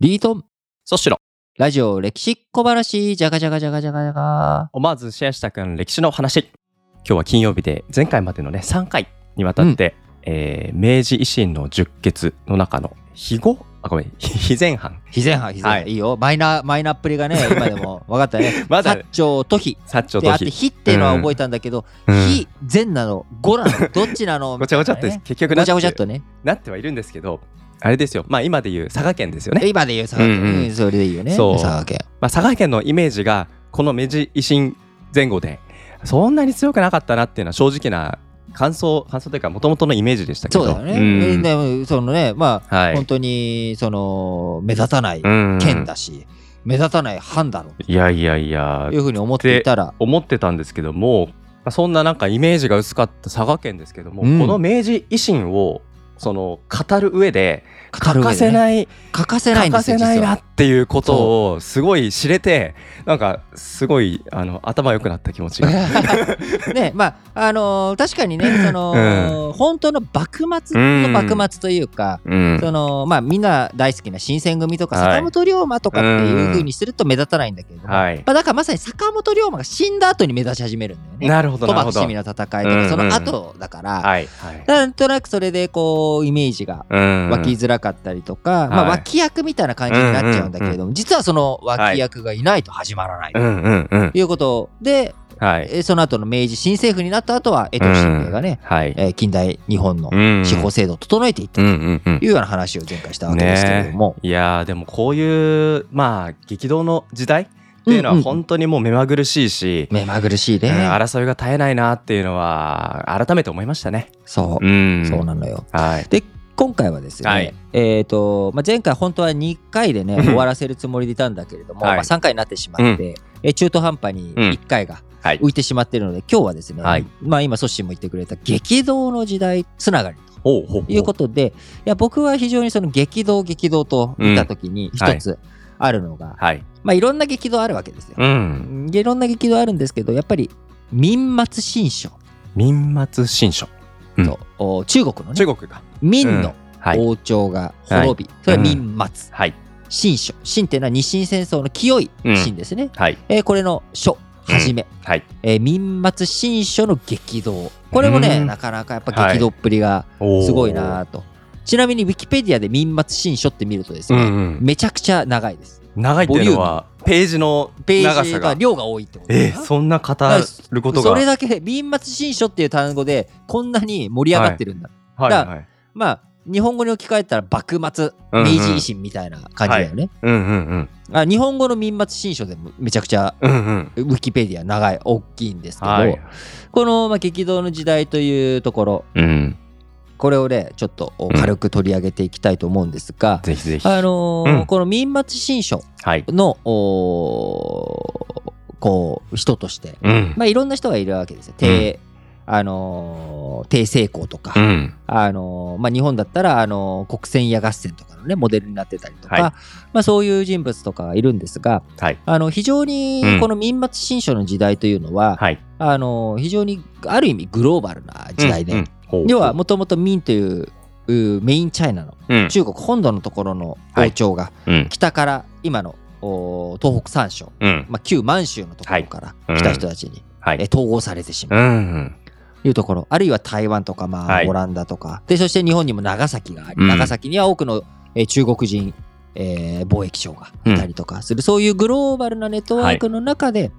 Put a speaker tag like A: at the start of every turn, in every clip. A: リートン、
B: そしろ、
A: ラジオ歴史小話、じゃがじゃがじゃがじゃがじゃが。
B: 思わずシェアしたくん歴史のお話。今日は金曜日で、前回までのね、3回にわたって、えー明治維新の十傑の中の非後、あ、ごめん、非前半、
A: 非前派、非前派、、
B: はい。
A: いよ。マイナー、マイナーっぷりがね、今でも分かったね
B: まだ
A: 薩長と非。
B: 薩長
A: で、あ
B: と
A: って、
B: 非。
A: 非っていうのは覚えたんだけど、
B: うん
A: 非、前なの、語な の、どっちなの、
B: ごちゃごちゃっ
A: みた
B: て、
A: いなね
B: 結局な
A: ご
B: っ
A: ちゃごちゃってとね。
B: なってはいるんですけど、あれですよ、まあ今でいう佐賀県ですよね。
A: 今で言う佐賀県、
B: うんうん
A: うんそれでいいよね。
B: そう
A: 佐賀県。
B: まあ、佐賀県のイメージがこの明治維新前後でそんなに強くなかったなっていうのは正直な感想感想というかもともとのイメージでしたけ
A: そ
B: ど
A: うだよね。
B: ん
A: でそのね、まあ、
B: はい
A: 本当に、その、目立たない
B: うん
A: 県だし、目立たない藩だろ
B: いやいやいや
A: うというふうに思っていたら、
B: 思ってたんですけどもまあそんななんかイメージが薄かった佐賀県ですけども、
A: うん
B: この明治維新をその語る上で
A: 語る
B: 欠
A: 上
B: か
A: で
B: せ
A: ね
B: ない
A: 欠かせないん
B: 欠
A: で
B: か
A: すよ
B: せない
A: 実
B: な
A: は
B: っていうことをすごい知れてなんかすごいあの頭良くなった気持ちが
A: ねまああのー確かにねその、本当の幕末の幕末というか、
B: うん
A: そのまあみんな大好きな新選組とか
B: はい
A: 坂本龍馬とかっていう風にすると目立たないんだけれども、
B: はい
A: まあ、だからまさに坂本龍馬が死んだ後に目立ち始めるんだよね。
B: なるほど
A: 鳥
B: な
A: 羽
B: るほど
A: 伏見の戦いとか、
B: うんうん
A: その後だから、
B: はいはい
A: なんとなくそれでこうイメージが
B: うん
A: 湧きづらかったりとか、まあ、
B: はい
A: 脇役みたいな感じになっちゃうんだけれども、実はその脇役がいないと始まらないと
B: うんうんうん。
A: いうことで、
B: はい。
A: えーその後の明治新政府になった後は江藤新平がね、
B: はい。
A: えー近代日本の
B: うん
A: 司法制度を整えていった
B: う
A: と
B: ん
A: い
B: うんうん
A: う。ような話を前回したわけですけれども、
B: いやーでもこういうまあ激動の時代っていうの
A: うんう
B: は
A: ん
B: 本当にもう目まぐるしいし、
A: 目まぐるしいね、
B: うん争いが絶えないなっていうのは改めて思いましたね。
A: そう、
B: ん
A: そうなのよ
B: はい。
A: で今回はですね、
B: はい
A: えーとまあ、前回本当は2回でね
B: うん
A: 終わらせるつもりでいたんだけれども、
B: はい
A: まあ、3回になってしまって、えー中途半端に1回が
B: はい。
A: 浮いてしまっているので、今日はですね、
B: はい
A: まあ、今ソッシーも言ってくれた激動の時代つながり
B: ほうほうほ
A: いうことで、いや僕は非常にその激動激動と見たときに
B: うん
A: 一つあるのが、
B: はい。
A: まあいろんな激動あるわけですよ。
B: うん。
A: いろんな激動あるんですけど、やっぱり民末新書
B: 民末新書。うん
A: と、お中国のね、
B: 中国か。
A: 民の
B: はい。
A: 王朝が滅び、それは民末
B: はい。
A: 新書。新っていうのは日清戦争の清い新ですね。
B: はい。
A: えーこれの書、はじめ、
B: はい。
A: えー民末新書の激動。これもね、
B: うん
A: なかなかやっぱ激動っぷりがすごいなぁと。ちなみにウィキペディアで民末新書って見るとです
B: う
A: ね、
B: んうん。
A: めちゃくちゃ長いです。
B: 長いっていうのはページの
A: ペ
B: 長
A: ージ
B: さ
A: が
B: が。
A: 量が多いってことだな
B: えー、そんな語ることが。
A: それだけ民末新書っていう単語でこんなに盛り上がってるんだ。
B: はい
A: だ
B: はい。
A: まあ日本語に置き換えたら幕末
B: うん
A: 明
B: うん
A: 治維新みたいな感じだよね。
B: うんうんうん。
A: あ日本語の民末新書でもめちゃくちゃ
B: うんうん。
A: ウィキペディア長い大きいんですけど、
B: はい。
A: この、まあ、激動の時代というところ
B: うん。
A: これをねちょっとお
B: うん
A: 軽く取り上げていきたいと思うんですが、
B: ぜひぜひ。
A: あのー
B: うん
A: この民末新書
B: はい。
A: のおーこう人として
B: うん。
A: まあ、いろんな人がいるわけですよ。低、あのー低成功とか、
B: うん。
A: あのーまあ、日本だったら、あのー国戦や合戦とかのね、モデルになってたりとか、
B: はい
A: まあ、そういう人物とかがいるんですが、
B: はい。
A: あの、非常に
B: うん
A: この民末新書の時代というのは、
B: はい。
A: あのー非常にある意味グローバルな時代で、
B: うん。うん
A: 要は、もともと民といううーメインチャイナの
B: うん。
A: 中国本土のところの王朝が、
B: うん。
A: 北から今のおー東北三省、
B: うん。
A: まあ、旧満州のところから来た人たちに、
B: は
A: え
B: い。
A: ー統合されてしまう
B: うん。
A: いうところ、あるいは台湾とか、まあ
B: はい
A: オランダとかで、そして日本にも長崎があり、
B: うん
A: 長崎には多くの、えー中国人、えー貿易商がいたりとかする、そういうグローバルなネットワークの中で、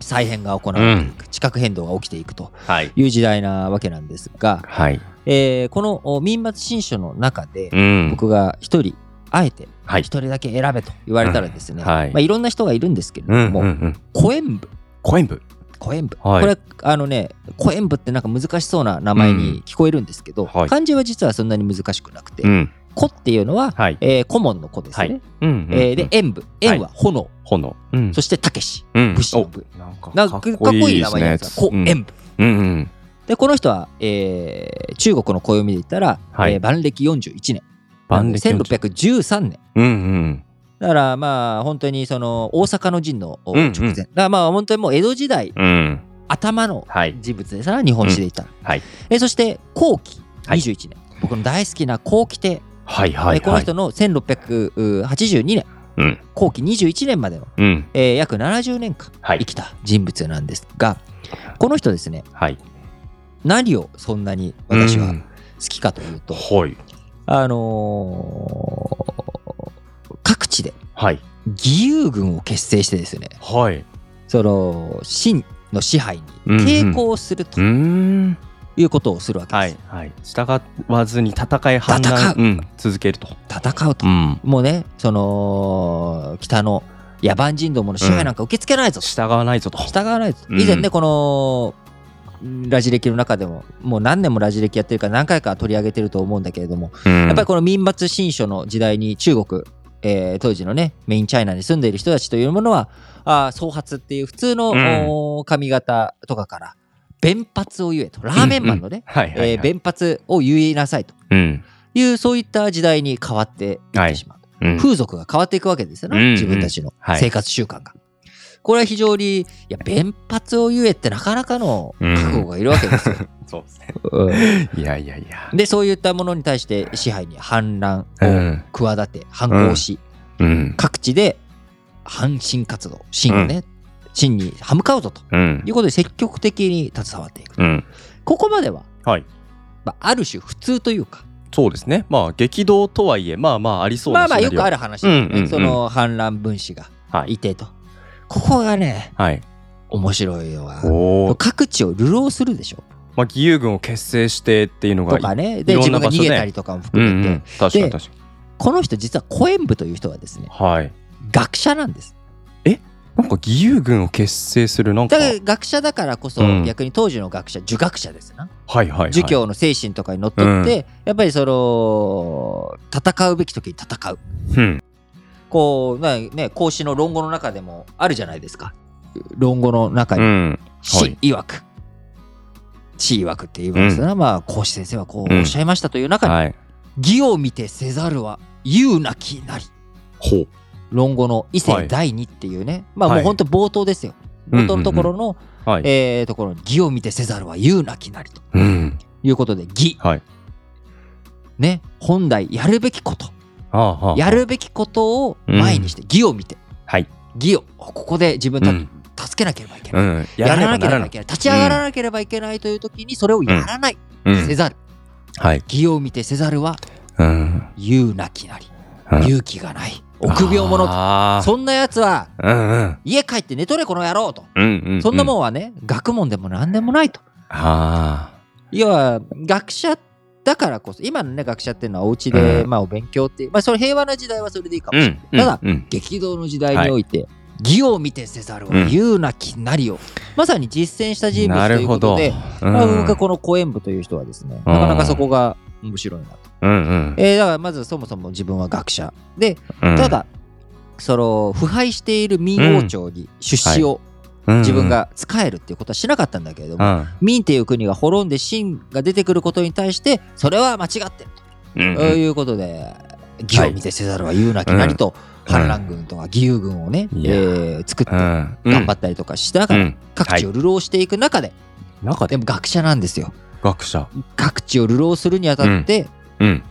A: 再編が行われていく、地殻変動が起きていくと
B: はい。
A: いう時代なわけなんですが、
B: はい。
A: えーこのお民末新書の中で、
B: うん。
A: 僕が一人、あえて
B: はい
A: 一。人だけ選べと言われたらですね、
B: うんはい
A: まあ、いろんな人がいるんですけれど
B: うん。
A: も、
B: うん。
A: コエンブ
B: コイン部。
A: コエンブ、
B: はい
A: これあのねコエンブってなんか難しそうな名前に聞こえるんですけど、
B: うんはい
A: 漢字は実はそんなに難しくなくて「
B: うん。
A: 子」っていうのは、
B: はい。
A: えー、顧問の子ですね、
B: はいうん。
A: えーで、演武演は炎、
B: 炎。うん
A: そ。してたけし
B: うん
A: 武士の部
B: なんか
A: なんかかっこいい名前なんですよ、子演武
B: うんうん。
A: でこの人は、えー中国の暦で言ったら、
B: はい
A: えー万暦41年
B: 万歴の。
A: 1613年
B: うんうん。
A: だからまあ本当にその大阪の陣の直前、
B: うんうん
A: だからまあ本当にもう江戸時代
B: うん。
A: 頭の
B: はい。
A: 人物ですな日本史でいたら、
B: はい。
A: えーそして後期
B: はい
A: 21年、僕の大好きな後期帝
B: はいはいはい。
A: えーこの人の1682年、
B: うん
A: 後期21年までの、
B: うん。
A: えー約70年間
B: はい
A: 生きた人物なんですが、この人ですね
B: はい。
A: 何をそんなに私は
B: う
A: 好
B: ん
A: きかというと、
B: はい。
A: あのー各地で
B: はい。
A: 義勇軍を結成してですね
B: はい。
A: その秦の支配
B: うんう
A: に
B: ん
A: 抵抗すると
B: うーん。
A: いうことをするわけ
B: は
A: で
B: い
A: す、。
B: はい。従わずに戦い反
A: 戦
B: 乱、
A: う
B: うん、続けると。
A: 戦うと、
B: ん。
A: もうねその北の野蛮人どもの支配なんか受け付けないぞと、
B: 従わないぞと。
A: 従わないと
B: うん
A: 以前ねこのうんラジ歴の中でももう何年もラジ歴やってるから何回か取り上げてると思うんだけれども、
B: や
A: やっぱりこの民末新書の時代に中国、えー当時のねメインチャイナに住んでいる人たちというものはあー総髪っていう普通の、
B: うん
A: おー髪型とかから弁髪を言えとラーメンマンのね、
B: はいはい、はい。
A: えー弁髪を言いなさいと
B: うん。
A: いうそういった時代に変わっていってしまう、
B: うん。
A: 風俗が変わっていくわけですよね、
B: うん
A: 自分たちの
B: はい
A: 生活習慣が。これは非常にいや弁髪を言えってなかなかの覚悟がいるわけですよ。
B: そうですね。
A: うん
B: いやいやいや。
A: でそういったものに対して支配に反乱を企て反抗し、
B: うん。
A: 各地で反新活動、新をね、新に歯向かうぞと
B: うん
A: い。うことで積極的に携わっていく。
B: うん。
A: ここまでは、
B: はい。
A: まあ、ある種普通というか、
B: そうですね。まあ、激動とはいえ、まあまあ、ありそう
A: まあ
B: な
A: まあよくあ
B: る。
A: る話ですよね、
B: うんうんうん
A: その反乱分子が
B: はい。
A: いてと。ここがね、
B: はい。
A: 面白いのは、
B: おお。
A: 各地を流浪するでしょ
B: まあ、義勇軍を結成してっていうのが。
A: とかね、で、
B: いろ
A: 自
B: んな
A: 分が
B: 場
A: 逃
B: 所ね
A: げたりとかも
B: うん
A: 含めて、
B: うん。確かに
A: で
B: 確かに。
A: この人実はコエンブという人はですね、
B: はい。
A: 学者なんです。
B: なんか義勇軍を結成するなんか。
A: だか
B: は
A: ら
B: い
A: 学者だからこそ、
B: うん
A: 逆に当時の学者、儒学者ですな。
B: はいはい。
A: 儒教の精神とかにのっとって、やっぱりその戦うべき時に戦う
B: うん。
A: こうなね孔子の論語の中でもあるじゃないですか論語の中
B: う
A: に
B: ん。
A: 「子曰く」「子曰く」って言うんですが、まあ孔子先生はこうおっしゃいましたという中に
B: はい。
A: 「義を見てせざるは勇なきなり
B: ほう。」
A: 論語の「伊
B: は
A: 勢
B: い
A: 第二」っていうね、まあも
B: は
A: う
B: い
A: 本当冒頭ですよ
B: うんうんうん
A: 冒頭のところの、
B: はい。
A: えーところに「義を見てせざるは勇なきなり」と
B: うん。
A: いうことで「義」
B: はい。
A: ね本来やるべきこと
B: ああはあ
A: や。るべきことを前にして、義を見て、
B: はい。
A: 義を、ここで自分
B: う
A: た、
B: ん。
A: 助けなければいけ
B: う
A: ない。
B: ん。
A: やらなければ
B: ない
A: けない。立ち上がらなければいけないという時に、それをやらない、
B: う
A: せ
B: ん。
A: ざる。
B: はい。
A: 義を見てせざるは、
B: うん。
A: 言うなきなり、
B: うん
A: 勇気がない、臆病者
B: あ
A: と。
B: ー
A: そんなやつは、
B: うんうん。
A: 家帰って寝とれ、この野郎と。
B: うんうんう
A: そんなも
B: ん。
A: んはね、学問でも何でもないと。
B: あ
A: いや、学者だからこそ、今のね、学者っていうのはお家で、
B: うん
A: まあ、お勉強っていう、まあ、それ平和な時代はそれでいいか
B: あ。
A: もしれない。
B: うん
A: ただ
B: うん。
A: 激動の時代において、義を見てせざるを言うなきなりを、まさに実践した人物
B: な
A: とい
B: る
A: う
B: ほ
A: こと
B: ど。
A: で、
B: うん
A: まあ僕がこのコエンブという人はですね、なかなかそこが面白いなと。
B: うんうん。
A: えーだからまずそもそも自分は学者で、
B: うん
A: た、だ、その腐敗している民王朝に出資を自分が仕えるっていうことはしなかったんだけれど
B: う
A: も、
B: ん
A: 民っていう国が滅んで秦が出てくることに対して、それは間違ってる
B: うん
A: ということで、義を見てせざるは言うなきなりと、
B: うん
A: 反乱軍とか義勇軍をね、え
B: いや
A: ー作って
B: うんうん
A: 頑張ったりとかしなが
B: う
A: ら
B: ん
A: 各地を流浪していく中で、
B: 中
A: で
B: で
A: も学者なんですよ。
B: 学者
A: 各地を流浪するにあたって、
B: うん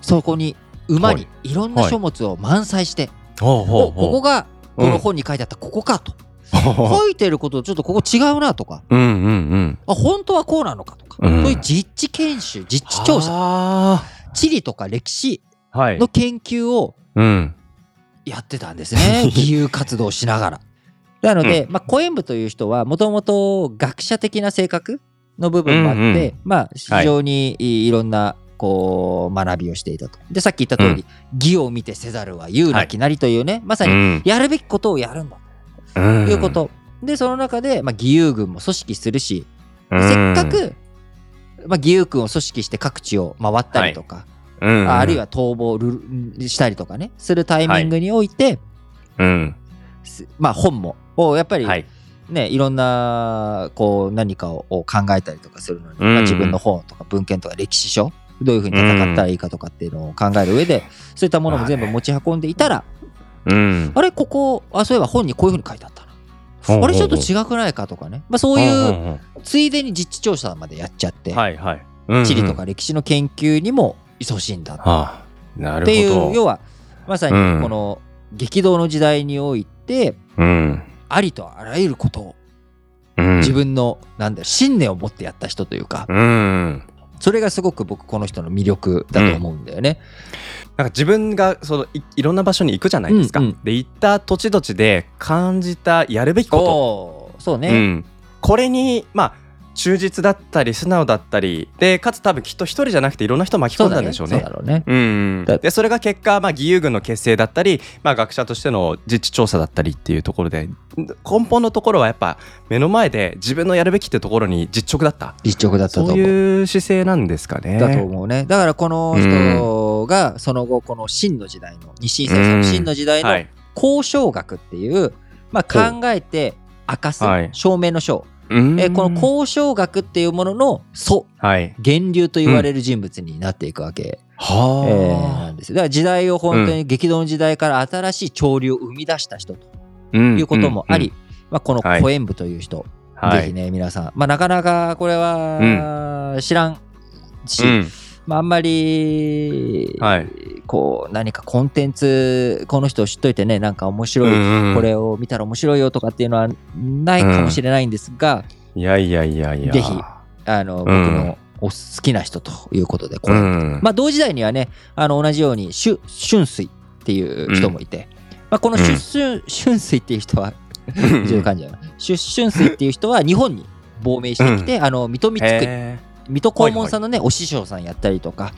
A: そこに馬
B: は
A: にいろんな書物を満載して、
B: ほうほ
A: お
B: う
A: ここ
B: ほ
A: がこの本に書いてあったここかと、
B: うほうほ
A: 書いてることとちょっとここ違うなとか、
B: ううんうんうん
A: あ本当はこうなのかとか、
B: うん
A: そういう実地研修、実地調査、
B: 査
A: 地理とか歴史
B: はい
A: の研究を
B: うん
A: やってたんです ね義勇活動をしながらなので、まあ、コエンブという人はもともと学者的な性格の部分もあって、
B: うんうん
A: まあ、非常にいいろんなこう学びをしていたとでさっき言った通り、義を見てせざるは言うなきなりというね、まさ
B: う
A: に
B: ん
A: やるべきことをやるんだということ、でその中で、まあ、義勇軍も組織するし、
B: うん
A: せっかく、まあ、義勇軍を組織して各地を回ったりとか、
B: うん
A: ああるいは逃亡ルしたりとかねするタイミングにおいて、
B: うん
A: すまあ本もをやっぱりね、
B: はいい、
A: ろんなこう何かを考えたりとかするのに、
B: うんうん
A: まあ自分の本とか文献とか歴史書どういうふうに戦ったらいいかとかっていうのを考える上で、そういったものも全部持ち運んでいたら、
B: うん
A: あれここあそういえば本にこういうふうに書いてあったな。
B: ほうほうほう
A: あれちょっと違くないかとかね、まあ、そういうついでに実地調査までやっちゃって、
B: はいはい
A: 地理とか歴史の研究にも勤しいんだっ
B: ああなる
A: ていう
B: ほど。
A: 要はまさ
B: うん
A: にこの激動の時代において
B: うん
A: ありとあらゆることを
B: うん、
A: 自分のなんだろう信念を持ってやった人というか
B: うん
A: それがすごく僕この人の魅力だと思うんだよね。
B: なんか自分がそのいいろんな場所に行くじゃないですか、
A: うんうん
B: で行った土地土地で感じたやるべきこ
A: おーそう
B: と、
A: ね、
B: うん、これにまあ忠実だったり素直だったりでかつ多分きっと一人じゃなくていろんな人巻き
A: そ
B: 込
A: うん
B: だ
A: だ
B: んで
A: ね
B: しょ
A: そうう
B: ね。
A: だろうね。
B: うんうんう
A: だ
B: ん、でそれが結果、まあ、義勇軍の結成だったり、まあ、学者としての実地調査だったりっていうところで根本のところはやっぱ目の前で自分のやるべきってところに実直だった
A: 実直だったと
B: そ
A: 思
B: う
A: う。
B: いう姿勢なんですかね。
A: だと思うね。だからこの人がその後この秦の時代の日清戦争の秦の時代
B: は
A: の
B: い、
A: 交渉学っていう、まあ、考えて明かす
B: はい
A: 証明の証、
B: うん
A: えーこの交渉学っていうものの祖
B: はい
A: 源流と言われる人物になっていくわけ、えーな
B: は
A: んですよだから時代を本当に激動の時代から新しい潮流を生み出した人とい
B: あ、
A: うこともあり、
B: うん
A: まあ、この
B: はい
A: コエン部という人、
B: うんはい、
A: ぜひね皆さん、まあ、なかなかこれは知らんし、
B: うん
A: まあ、あんまり、
B: はい
A: こう何かコンテンツこの人を知っといてねなんか面白い、
B: うんうん
A: これを見たら面白いよとかっていうのはないかもしれないんですが、
B: いやいやいやいや
A: ぜひあの僕
B: うん
A: のお好きな人ということでこ
B: う
A: れ、
B: ん
A: まあ同時代にはねあの同じように春春水っていう人もいて、まあ、この
B: うん
A: 春春春水っていう人は
B: うん
A: 一応感じだな春春水っていう人は日本に亡命してきて、あの水戸光圀
B: へ
A: 水戸黄門さんのね、お師匠さんやったりとか、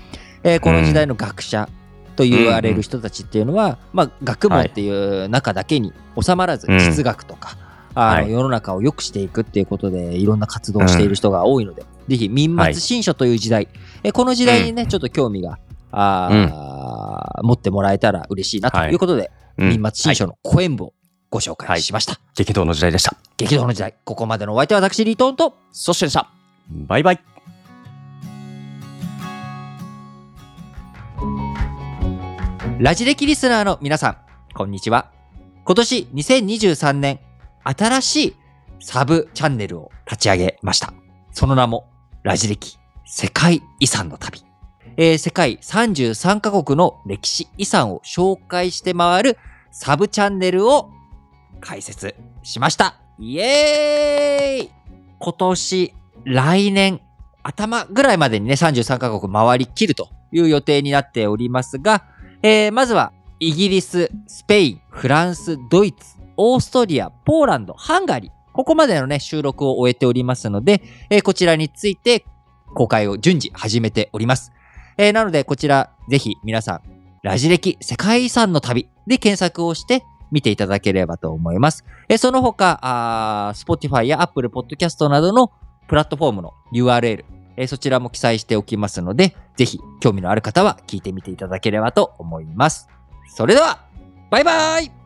A: えーこの時代の学者と言われる人たちっていうのは、まあ、学問っていう中だけに収まらず、
B: うん
A: 哲学とかあの、
B: はい
A: 世の中を良くしていくっていうことでいろんな活動をしている人が多いので、ぜひ民末新書という時代、えーこの時代にね、ちょっと興味があー、持ってもらえたら嬉しいなということで、
B: ーうん
A: 民末新書の講演部をご紹介しました、
B: 激動の時代でした
A: 激動の時代ここまでのお相手は私リトーンと
B: そしてでしたバイバイ
A: ラジ歴リスナーの皆さん、こんにちは。今年2023年、新しいサブチャンネルを立ち上げました。その名も、ラジ歴世界遺産の旅。えー世界33カ国の歴史遺産を紹介して回るサブチャンネルを開設しました。イエーイ今年、来年、頭ぐらいまでにね、33カ国回りきるという予定になっておりますが、えーまずはイギリス、スペイン、フランス、ドイツ、オーストリア、ポーランド、ハンガリー、ここまでのね、収録を終えておりますので、えーこちらについて公開を順次始めております。えーなので、こちら、ぜひ皆さん、ラジ歴世界遺産の旅で検索をして見ていただければと思います。えーその他、あー Spotify や Apple Podcast などのプラットフォームの URL、えーそちらも記載しておきますので、ぜひ興味のある方は聞いてみていただければと思います。それでは、バイバイ